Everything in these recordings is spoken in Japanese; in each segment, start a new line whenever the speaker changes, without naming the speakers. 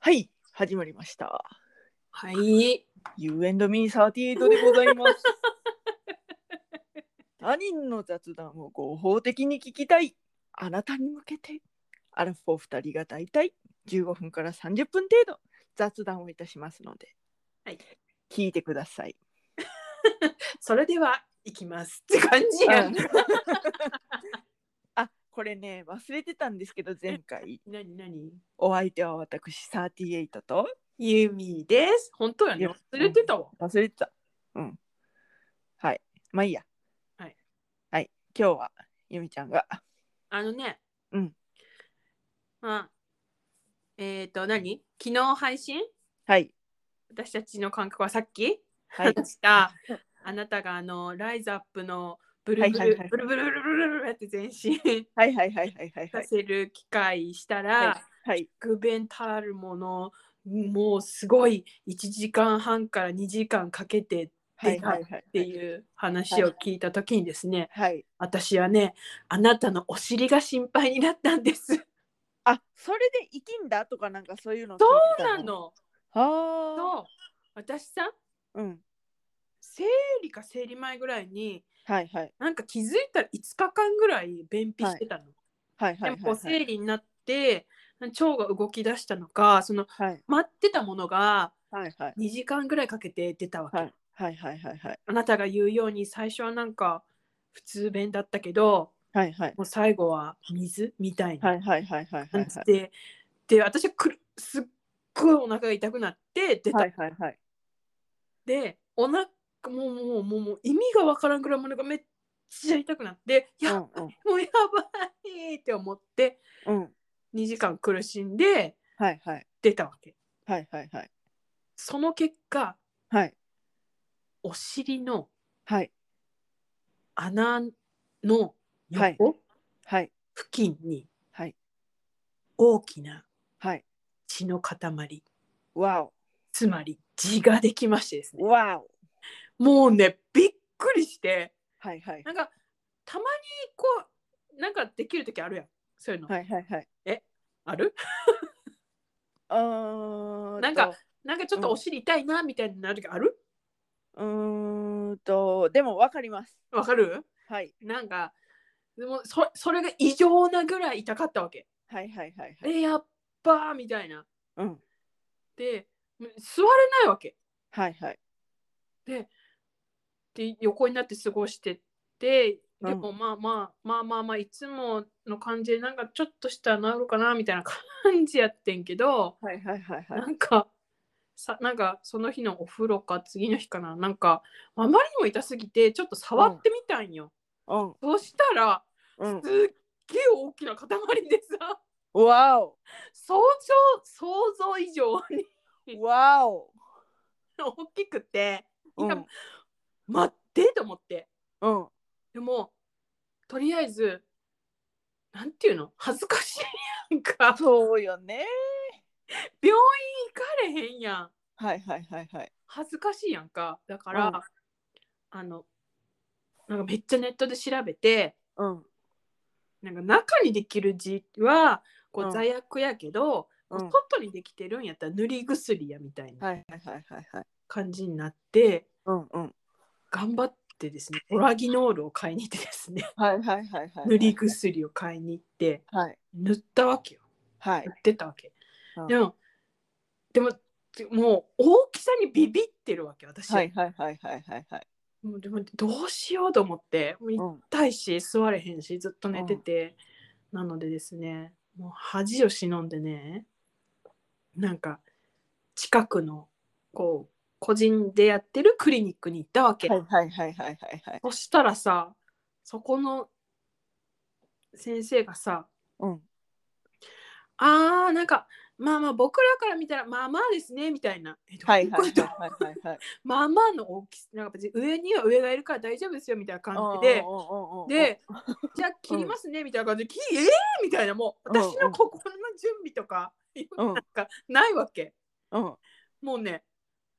はい、始まりました。
はい。
You and me38 でござい ます。他人の雑談を合法的に聞きたい。あなたに向けて。アラフォー二人がだいたい15分から30分程度雑談をいたしますので、
はい、
聞いてください。
それでは行きますって感じやん。
あ、これね、忘れてたんですけど、前 回
なになに。
お相手は私38と
ユミです。本当や
い
ね。
や
忘れてたわ。
忘れてた。うん。はい。まあいいや。
はい。
はい。今日はゆみちゃんが。
あのね。
うん。
まあ。えっ、ー、と、何昨日配信
はい。
私たちの感覚はさっき
はい。
話した。あなたがあの、ライズアップのブルブ
はいはい
ル
はい
ブルブルブルブルブルって全身
はいはいはいはいはいは
さ
い。
せる機会したら、
はい。はい。
グベンタるものもうすごい1時間半から2時間かけて
はいはいはい。
っていう話を聞いた時にですね、
はい。
私はねあなたのお尻が心配になったんで すそ
あ、それで生きんだとかなんかそういうの。
うな。の
はあ。
と私さ
うん。
生理か生理前ぐらいに
はいはい。
なんか気づいたら5日間ぐらい便秘してたの、
はいはい
でもこ
は
う
い。
生理になって腸が動き出したのかその
はい。
待ってたものが
はいはい。
2時間ぐらいかけて出たわけ、
はい。はいはいはいはい。
あなたが言うように最初はなんか普通便だったけど
はいはい。
もう最後は水みたいな
はいはいはいはいはい
感じで、で私はくるすっごいお腹が痛くなって出た、
はいはいはい。
でお腹もうもうもうもう意味がわからんぐらいものがめっちゃ痛くなっていや、
うん
もうやばいって思って
うん。うん。
2時間苦しんで
はいはい。
出たわけ
はいはいはい。
その結果
はい。
お尻の
はい。
穴の横、
はいはい。
付近に
はい。
大きな
はい。
血の塊
わお。
つまり字ができましてですね
わお。
もうねびっくりして
はいはい。
なんかたまにこうなんかできる時あるやんそういうの、
はいはいはい。
ある
うーんと
なんか、なんかちょっとお尻痛いなみたいになる時ある
うーんと、でもわかります。
わかる
はい。
なんかでもそそれが異常なぐらい痛かったわけ
はいはいはいはい。
えやっばーみたいな
うん。
でもう座れないわけ
はいはい。
で横になって過ごしてって
うん
でもまあまあ、まあまあまあいつもの感じでなんかちょっとしたら治るかなみたいな感じやってんけど、
はいはいはいはい。
なんかさなんかその日のお風呂か次の日かななんかあまりにも痛すぎてちょっと触ってみたんよ、
うん
そしたら
うん
すっ。げえ大きな塊でさ
わお。
想像想像以上に
わお。
大きくて
うん。う
今待ってと思って。
ん。
でもとりあえずなんていうの恥ずかしいやんか 病
そうよね。
院行かれへんやん
はいはいはいはい。
恥ずかしいやんかだから、
うん
あのなんかめっちゃネットで調べて
うん。
なんか中にできる字はこ
うん
う罪悪やけど、
うん。はい
外にできてるんやったら塗り薬やみたいな
はいはいはいはい。
感じになって
うんうん。
頑張ってですねオラギノールを買いに行ってですね
はいはいはいはい。
塗り。薬を買いに行って
はい。
塗ったわけよ
はい
や。ってたわけ。
うん
でも、でも、もう大きさにビビってるわけ、私。
はいはいはいはいはいはい。
もうでもどうしようと思って、もう
うん。
痛いし、座れへんし、ずっと寝てて、なのでですね、もう恥を忍んでね、なんか、近くの、こう、個人でやってるクリニックに行ったわけ。
はいはいはいはいはいはい。
そしたらさ、そこの先生がさ、
うん。
あーなんかまあまあ僕らから見たらまあまあですねみたいな。えどう
は
いう
いはい
こ
はい
と
はいはいはい。
まあまあの大きさなんか別に上には上がいるから大丈夫ですよみたいな感じで。
うん、
で、じゃあ切りますねみたいな感じで、切りえーみたいな、もう
うんうん
私の心の準備とか、
うん
なんかないわけ。
うん。は
もうね、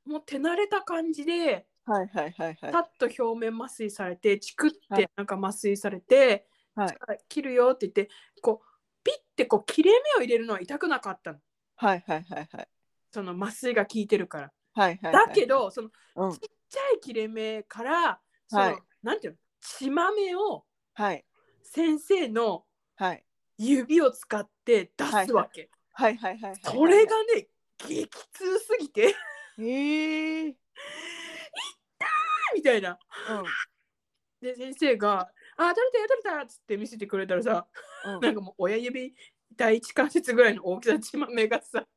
もう手慣れた感じで、
いはいはいはい。
パッと表面麻酔されて、チクっ
は
て
い
なんか麻酔されて、
はい
じゃあ切るよって言って、こう、ピッてこう切れ目を入れるのは痛くなかったの。
はいはいはいはい。
その麻酔が効いてるから。
はいはい、
だけ、どそのち
うん、
っちゃい切れ目からその、
はい
なんていうの血まめを
はい
先生の
はい
指を使って出すわけ。
はいはいはいはい。
それがね激痛すぎて
へえー。
みたいな。
うん
で先生が「あ当たれたよ当たれた」っつって見せてくれたらさ
うん
なんかもう親指第一関節ぐらいの大きさの血まめがさ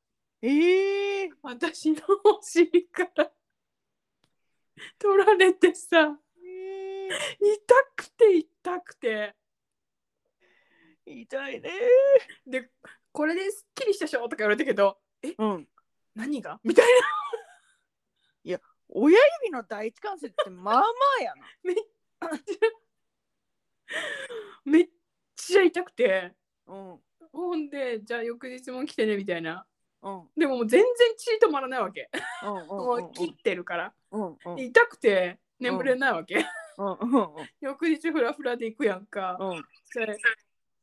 ええー、
私のお尻から 取られてさ
え
痛くて痛くて
ー、痛いね。
で「これですっきりしたでしょ」とか言われたけど
うん。
「何が?」みたいな
親指の第一関節ってまあまあやな。
めっちゃ痛くて
うん
ほんでじゃあ翌日も来てねみたいな
うん
でももう全然血止まらないわけ
うんうん
もう切ってるから
うんうんうん
痛くて眠れないわけ
うんうん
翌日フラフラで行くやんか
うん
それ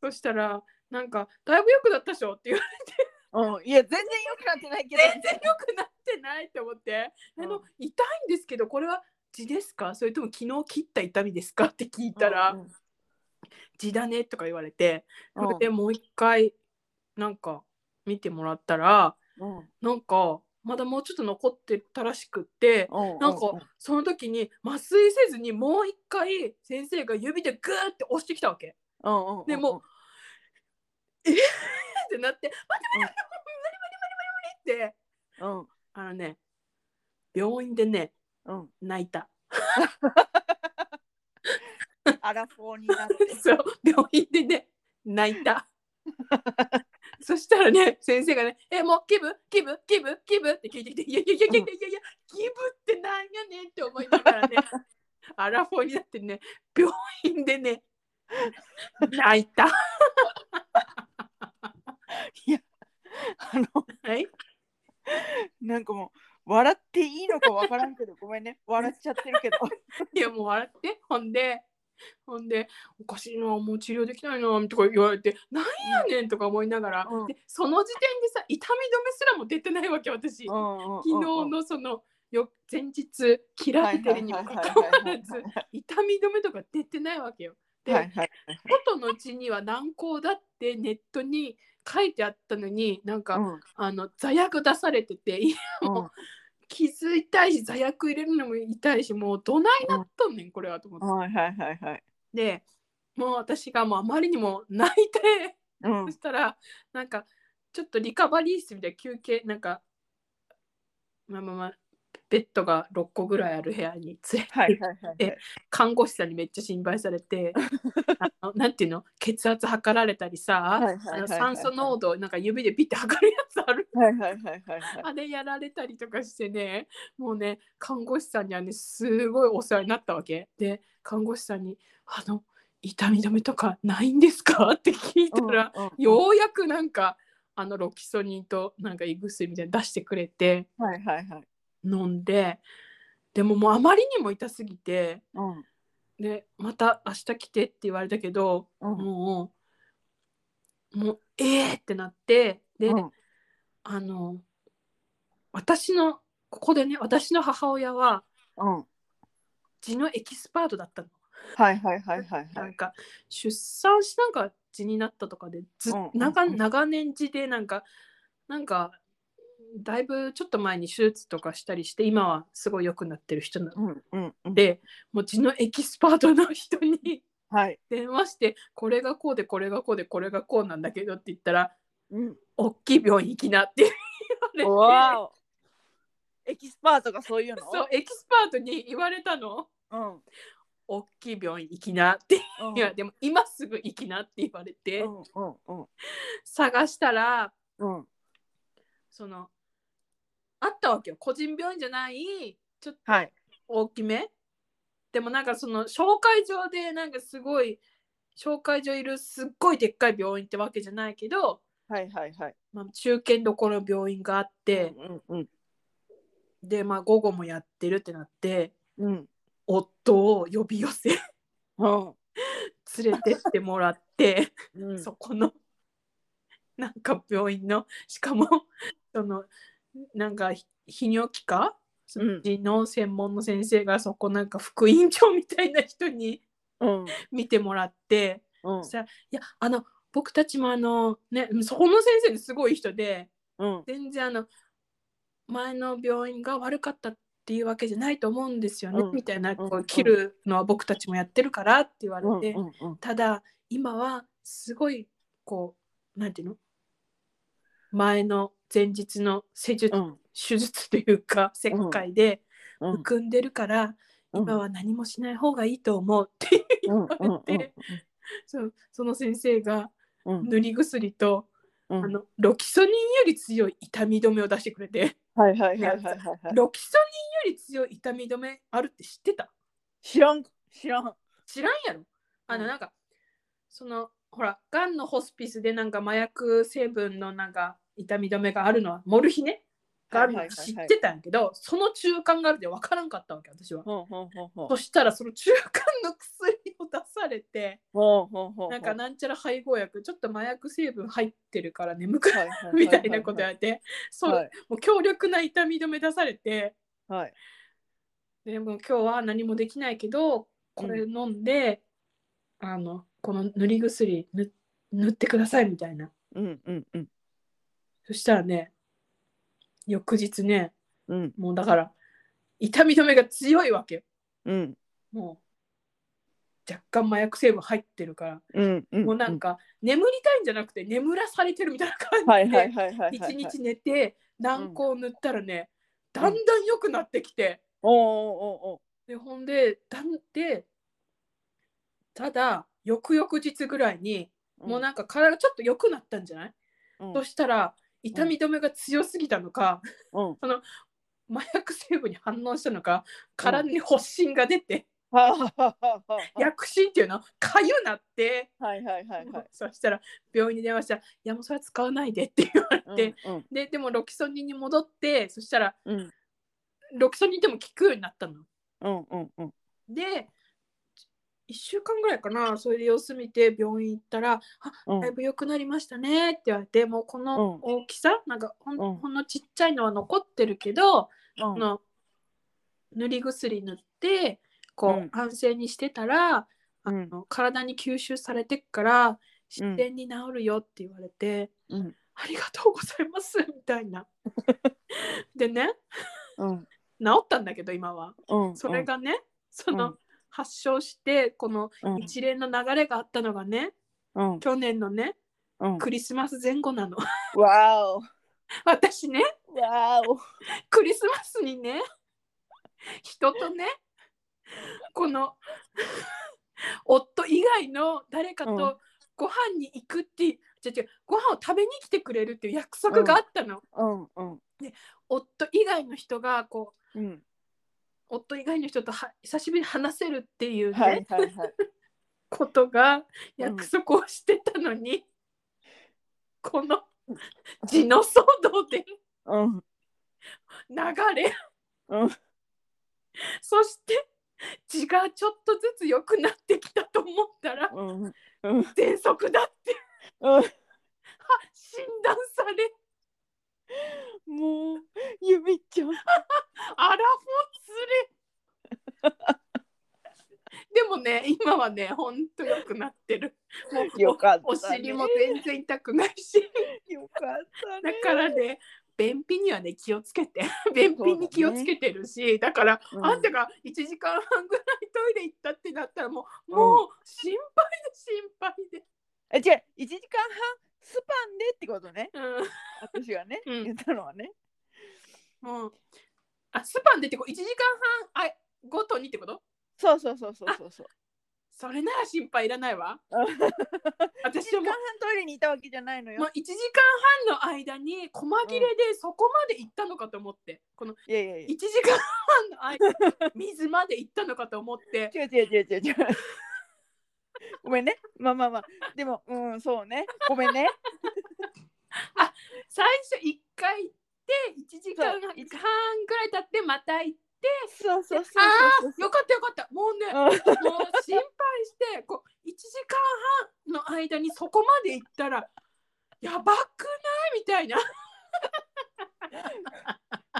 そしたらなんか「だいぶ良くなったでしょ」って言われて
うんいや全然良くなってないけど。
全然良くなってないって思って、
うん
あの痛いんですけどこれは血ですかそれとも昨日切った痛みですかって聞いたら、
うん
血だねとか言われて、
うん
それでもう一回なんか見てもらったら
うん
なんかまだもうちょっと残ってたらしくって、
うん
なんかその時に麻酔せずにもう一回先生が指でグーって押してきたわけ。
うんうんうん
でもってなって「待って待って待って待って待って待って」って
うん
あのね病院でね
うん
泣いた。
アラフォーに なって。
そう病院でね泣いたそしたらね先生がね「えもうギブギブギブギブ」って聞いてきて「いやいやいやいやいやいやいやギブってなんやねん」って思いながらねアラフォーになってね病院でね泣いたはい
あの
い
なんかもう笑っていいのかわからんけどごめんね笑っちゃってるけ ど。
やもう笑ってほんでほんで「おかしいなもう治療できないな」とか言われて「なんやねん」とか思いながら、
うん
でその時点でさ痛み止めすらも出てないわけ私。
昨
昨日のそのよ前日切られてるにもかかわらず痛み止めとか出てないわけよ。で、
はいはい
元のうちには軟膏だってネットに書いてあったのになんか、
うん
あの座薬出されてていやも傷痛いし座薬入れるのも痛いしもうどないなっとんねんこれはと思って。
はいはいはいはい。
でもう私がもうあまりにも泣いて、
うん
そしたらなんかちょっとリカバリー室みたいな休憩なんかまあまあまあベッドが6個ぐらいある部屋に連れ
はいはいはいはい。
看護師さんにめっちゃ心配されてあのなんていうの血圧測られたり
はいは
さ
いはいは
あ
い
の酸素濃度なんか指でピッて測るやつある
はいはいはいはいはい。
あれやられたりとかしてねもうね看護師さんにはねすごいお世話になったわけで看護師さんに「あの痛み止めとかないんですか?」って聞いたら、
よ
ようやくなんかあのロキソニンとなんか胃薬みたいなの出してくれて
はいはいはい。
飲んででももうあまりにも痛すぎて
うん
でまた明日来てって言われたけど、
うん
もうもうえーってなってで、
うん
あの私のここでね私の母親は
うん
血のエキスパートだったの。
はいはいはいはい
な
は
ん
い。
か出産しなんか血になったとかでず、
うんうんうん
長長年血でなんかなんかだいぶちょっと前に手術とかしたりして今はすごい良くなってる人な
う
の
んうんうん。
で、もう血のエキスパートの人に
はい。
電話してこれがこうでこれがこうでこれがこうなんだけどって言ったら
うん。
大きい病院行きなって言われて
わお。エキスパートがそういうの。
そうエキスパートに言われたの
うん。うん。
大きい病院行きなって
うん
いやでも今すぐ行きなって言われて、
うんうん
探したら
うん。
そのあったわけよ個人病院じゃないちょっと
はい。
大きめでもなんかその紹介状でなんかすごい紹介状いるすっごいでっかい病院ってわけじゃないけど、
はいはいはい。
まあ、中堅どころの病院があって、
うんうん
でまあ午後もやってるってなって
うん。
夫を呼び寄せ
うん。
連れてってもらって、
うん。
そこのなんか病院のしかもそのなんかひ泌尿器科
うん
の専門の先生がそこなんか副院長みたいな人に
うん
見てもらって、
うん
さいやあの僕たちもあのねそこの先生ですごい人で
うん
全然あの前の病院が悪かったっていうわけじゃないと思うんですよね、
うん
みたいなこ
うん
う切るのは僕たちもやってるからって言われ
うん
て、
うんうん
ただ今はすごいこうなんていうの前の前日の施術、
うん
手術というか切開で
うん
むくんでるから、
うん
今は何もしない方がいいと思う って
うん
言われて、そうその先生が
うん
塗り薬と、
うん
あのロキソニンより強い痛み止めを出してくれて、
はいはいはいはいはいはい
ロキソニンより強い痛み止めあるって知ってた
知らん知らん
知らんやろあ
う
の
ん
なんか、そのほらがんのホスピスでなんか麻薬成分のなんか痛み止めがあるのはモルヒネがあるのは知ってたんやけど、その中間があるって分からんかったわけ私は。
ほんほんほんほん
そしたらその中間の薬を出されて
ほんほんほん
なんかなんちゃら配合薬ちょっと麻薬成分入ってるから眠くなる
はいははは
みたいなことやってそう、
はい
もう強力な痛み止め出されて
はい
でもう今日は何もできないけどこれ飲んで、あのこの塗り薬塗塗ってくださいみたいな
うんうんうん
そしたらね翌日ね
うん
もうだから痛み止めが強いわけよ
うん
もう若干麻薬成分入ってるから。
うんうん
もうなんか眠りたいんじゃなくて眠らされてるみたいな
はい
感じ
はい
で
はいはいはいはい
一日寝て軟膏を塗ったらねだんだん良くなってきて
おおお
でほんでだんでただ翌々日ぐらいに
お
もうなんか体がちょっと良くなったんじゃない
うん
そしたら痛み止めが強すぎたのか
うん
麻薬成分に反応したのか体に発疹が出て
はあはあはあはあ
薬疹っていうのかゆなって
はいはいはいはい
そしたら病院に電話したら「いやもうそれは使わないで」って言われて。
うん
ででもロキソニンに戻ってそしたら
うん
ロキソニンでも効くようになったの。
うんうんうん
で1週間ぐらいかなそれで様子見て病院行ったら「あ
うん
だいぶ良くなりましたね」って言われてもうこ
うん
の大きさ、なんかほん,、
うん
ほんのちっちゃいのは残ってるけど、
うん
この塗り薬塗ってこう、
うん
安静にしてたらあの、体に吸収されてっから自然に治るよって言われて。
うん
ありがとうございますみた いな。でね
うん
治ったんだけど今は
うん
それがね、そうの
ん
発症してこの
うん
一連の流れがあったのがね
うん
去年のね
うん
クリスマス前後なの
わお
私ね
わお
クリスマスにね人とねこの夫以外の誰か
うん
とご飯に行くっていう違う違うご飯を食べに来てくれるっていう約束があったの、
うんうん
夫以外の人がこう
うん
夫以外の人とは久しぶりに話せるっていう、ね
はいはいはい
ことが約束をしてたのに、この地の騒動で
うん
流れ、
うん
そして血がちょっとずつ良くなってきたと思ったら
うんうん
喘息だって
うん
は診断され
もうゆみちゃん
アラフ ォ連れでもね今はねほんと良くなってるもう
よかったね
おお尻も全然痛くないし
よかった
だ
ね
からね便秘にはね気をつけて便秘に気をつけてるしだ,、から、
うん
あんたが1時間半ぐらいトイレ行ったってなったらもう、
うん
もう心配で心配で、
えじゃあ一時間半スパンでってことね
う
私がね、
うん
言ったのはね
ん、もうあスパンでってこ1時間半あごとにってこと
そうそうそうそうそうそう
それなら心配いらないわ
あ一
私
時
は
間
も
半
う
トイレにいたわけじゃないの
もう
よ。
1時間半の間に細切れでそこまで行ったのかと思ってこの
いやいやい
1時間半の間に水まで行ったのかと思って
や。違う違う違う違う違う。ごめんね。まあまあまあ。でも、うん、そうね。ごめんね。
最初1回行って1時間半
そう
半ぐらい経ってまた行って
そうそうそうそう
よかったよかったもうねもう
そう。
心配してこう1時間半の間にそこまで行ったらやばくないみたいな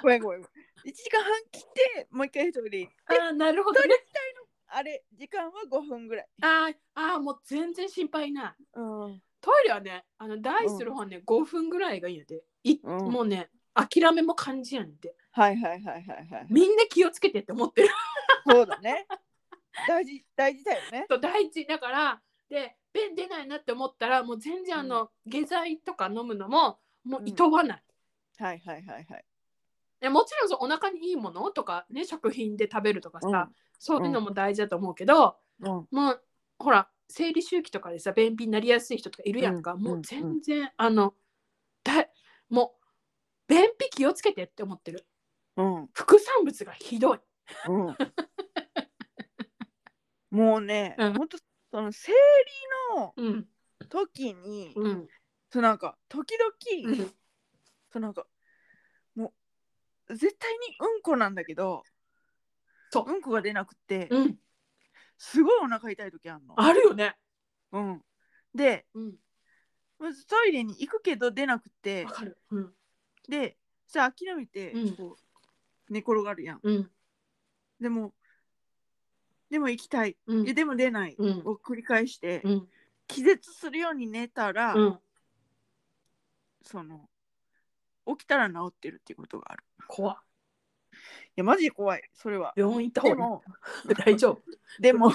ごめんごめん。1時間半切って、もう一回一人で。
ああ、なるほ どね。
あれ、時間は5分ぐらい。
あーあー、もう全然心配ない。
うん。
トイレはね、あの大する方ね、5分ぐらいがいいんやで。い
うん
もうね、諦めも感じやんって。
はいはいはいはいはい。
みんな気をつけてって思ってる。
そうだね。大事、大事だよね。
と第一だから、で、便出ないなって思ったら、もう全然あの、下剤とか飲むのも、もういとわない。
はいはいはいはい。
でもちろんそうお腹にいいものとかね食品で食べるとかさ、
うん
そういうのも大事だと思うけど、
うん。
もうほら生理周期とかでさ便秘になりやすい人とかいるやんか、
うん
も
う
うん全然、あのだもう便秘気をつけてって思ってる
うん。
副産物がひどい
うん。 もうね、
うん
ほんと、その生理の
うん
時に、
うん
そうなんか、時
う
々、
ん
そうなんか、もう、絶対にうんこなんだけど、
そう
うんこが出なくて、
うん
すごいお腹痛い時あんの。
あるよね
うん。で、
うん
まずトイレに行くけど出なくて
わ、かるうん
で、さあ諦めて、
うん
こう、寝転がるやん。
うん
でも、でも行きたい。
う
い
ん
やでも出ない。
うん
を繰り返して、
うん
気絶するように寝たら、
うん
その、起きたら治ってるっていうことがある。
怖っ
いや、マジで怖い。それは。
病院行った
で
方がい
も、
い 大丈夫
でも
うん、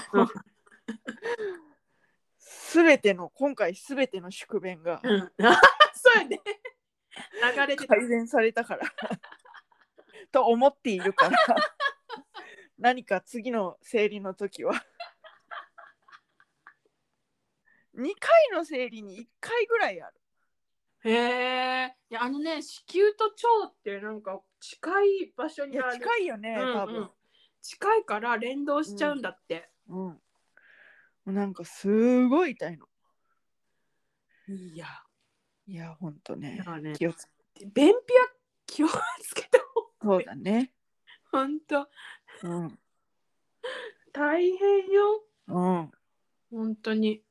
すべての、今回すべての宿便が
うん そうやね流れてた
改善されたから。 と思っているから。 何か次の生理の時は。2回の生理に1回ぐらいある。
へえ。いやあのね、子宮と腸ってなんか近い場所
い
に
や
ある。
近いよね、
うんうん
多分、
近いから連動しちゃうんだって。
うんもうなんかすごい痛いの。
いや。
いや、ほんと
だ
ね
か。らね、
気をつ
便秘は気をつけた方が
そうだね。
ほんと
うん。
大変よ。
うん。
ほんとに。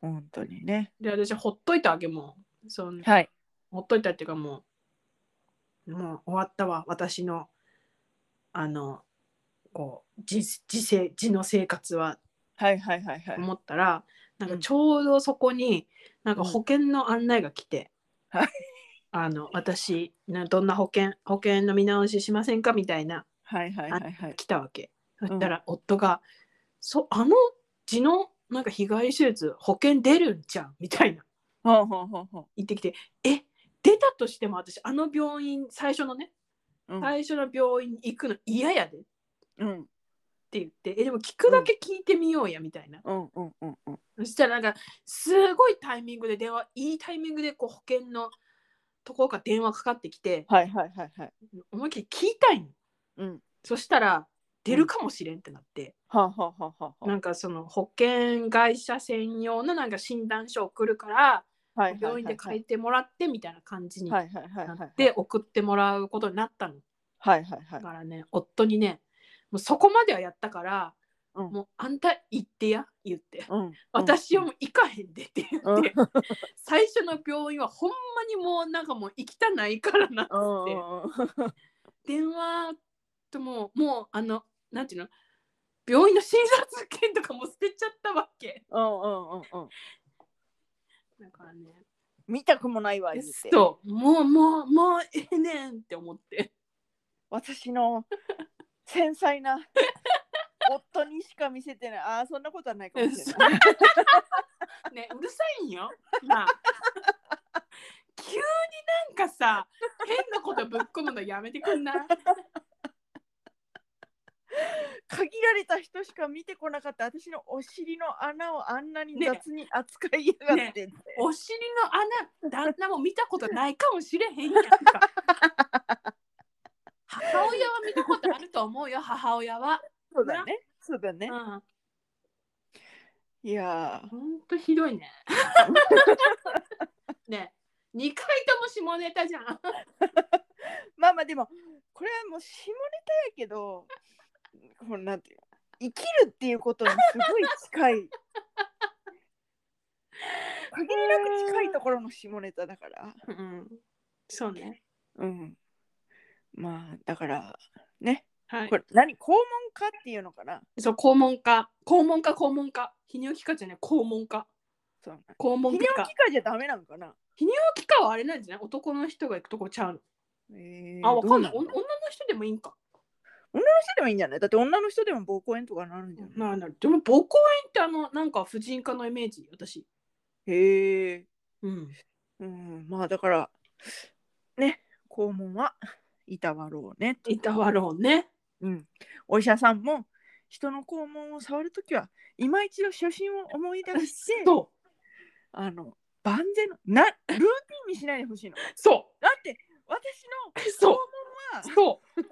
本当にね。
で、私ほっといたわけもう。そうね。
はい。
ほっといたっていうかもう、もう終わったわ。私の、あの、こう、自自生、自の生活は
はいはいはいはい。
思ったら、なんか
うん
ちょうどそこに、なんか
うん
保険の案内が来て、
はい
あの私などんな保険保険の見直ししませんかみたいな
はいはいはいはい。
来たわけ、
ん
そしたら夫が「そあの地のなんか被害手術保険出るんじゃん」みたいな
ほうほうほうほ
言ってきて「え出たとしても私あの病院最初のね
う。うん。
最初の病院に行くの嫌やで」っ
うん
て言って「えでも聞くだけ聞いてみようや」みたいな。
うんうんうんうん。
そしたらなんかすごいタイミングで電話いいタイミングでこう保険のところから電話かかってきて
はいはいはいはい。
思いっきり聞いたいの
うん。
そしたら出るかもしれんってなって、
はあ、はあはあはあ
な
は
んかその保険会社専用のなんか診断書を送るから、
あ。はいはいはい
病院
はい
で書いてもらってみたいな感じにな
はい
っ
はいはいはい。
て送ってもらうことになったの
はいはいは
だ
い。
からね夫にねもうそこまではやったから、
うん
もうあんた行ってや言って。
うん。
私はもう行かへんでって言って、
うん
最初の病院はほんまにもうなんかもう行きたないからなっつ
うんうん
って
うんうん。
電話ともうもうあのなんていうの病院の診察券とかも捨てちゃったわけ
うんうんうんうん。
だからね
見たくもないわ言って。
そうもうもうもうええねんって思って
私の繊細な夫にしか見せてない。ああ、そんなことはないかもしれない。
ねうるさいんよまあ 急になんかさ変なことぶっ込むのやめてくんない
限られた人しか見てこなかった私のお尻の穴をあんなに雑に扱いやがってって、
お尻の穴旦那も見たことないかもしれへんや んか母親は見たことあると思うよ母親は、
そうだねそうだね
う、ん、
いや
ほんとひど いねねえ2回とも下ネタじゃん
ーまあまあでもこれはもう下ネタやけどこのなんていうの生きるっていうことにすごい近い限りなく近いところの下ネタだから
うんそうね
うんまあだからね
はい
こ。れ何肛門科っていうのかな
そう、肛門科。肛門科、肛門科。泌尿器科じゃない、肛門科。
そうなん
肛門
泌
科。泌
尿器科じゃダメなのかな
尿器科はあれなんじゃない男の人が行くとこちゃうの。
えー
あ、わかんない。
ど
お
う
女の人でもいいんか。
人でもいいんじゃないだって女の人でも膀胱炎とかなるんじゃない、
なるなる。でも、膀胱炎ってあの、なんか婦人科のイメージ、私。
へえ。
うん。
うん、まあだから、ね、肛門はいたわろうねと
いたわろうね。
うん。お医者さんも、人の肛門を触るときは、今一度初心を思い出して、
そう。
あの、万全の、な、ルーティンにしないでほしいの。
そ
だって、私
う。
の肛
そう
門。は、
そう。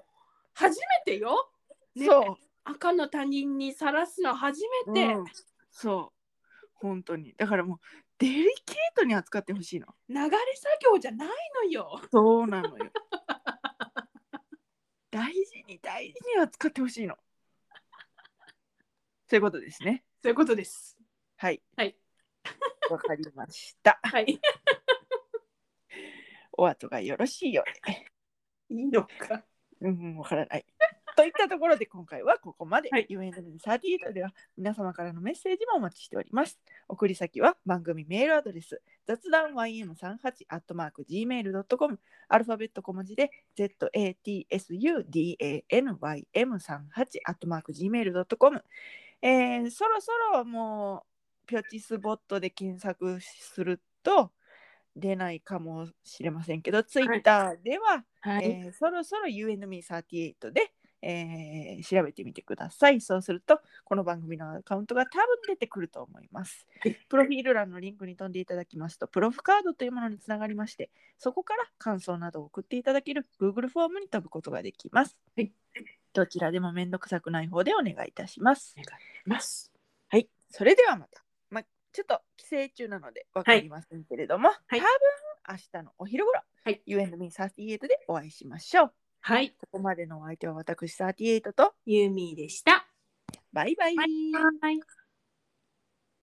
初めてよ。ね
そ
赤の他人にさらすの初
う、
めて。
うんそう、本当に。だからもう、デリケートに扱ってほしいの。
流れ作業じゃないのよ。
そうなのよ。大事に大事に扱ってほしいの。そういうことですね。
そういうことです。
はい。
はい。
わかりました。
はい。
お後がよろしいようで。
いいのか。
うん、わからない。 といったところで今回はここまで。
はい
UNN38 では皆様からのメッセージもお待ちしております。送り先は番組メールアドレス雑談 ym38-gmail.com アルファベット小文字で zatsudanym38-gmail.com、えー、そろそろもうピョチスボットで検索すると出ないかもしれませんけど、ツイッターでは、
は。
えーそろそろ UNME38 で、えー調べてみてください。そうすると、この番組のアカウントが多分出てくると思います
はい。
プロフィール欄のリンクに飛んでいただきますと、プロフカードというものにつながりまして、そこから感想などを送っていただける Google フォームに飛ぶことができます。
はい
どちらでも面倒くさくない方でお願いいたします。
ます。
はい、それではまた。まあ、ちょっと帰省中なので分かりませんけれども、
い
多分明日のお昼ごろ、
はい
UNME38 でお会いしましょう。
はい。
ここまでのお相手は私38と
ユーミーでした。
バイバイ。
はい。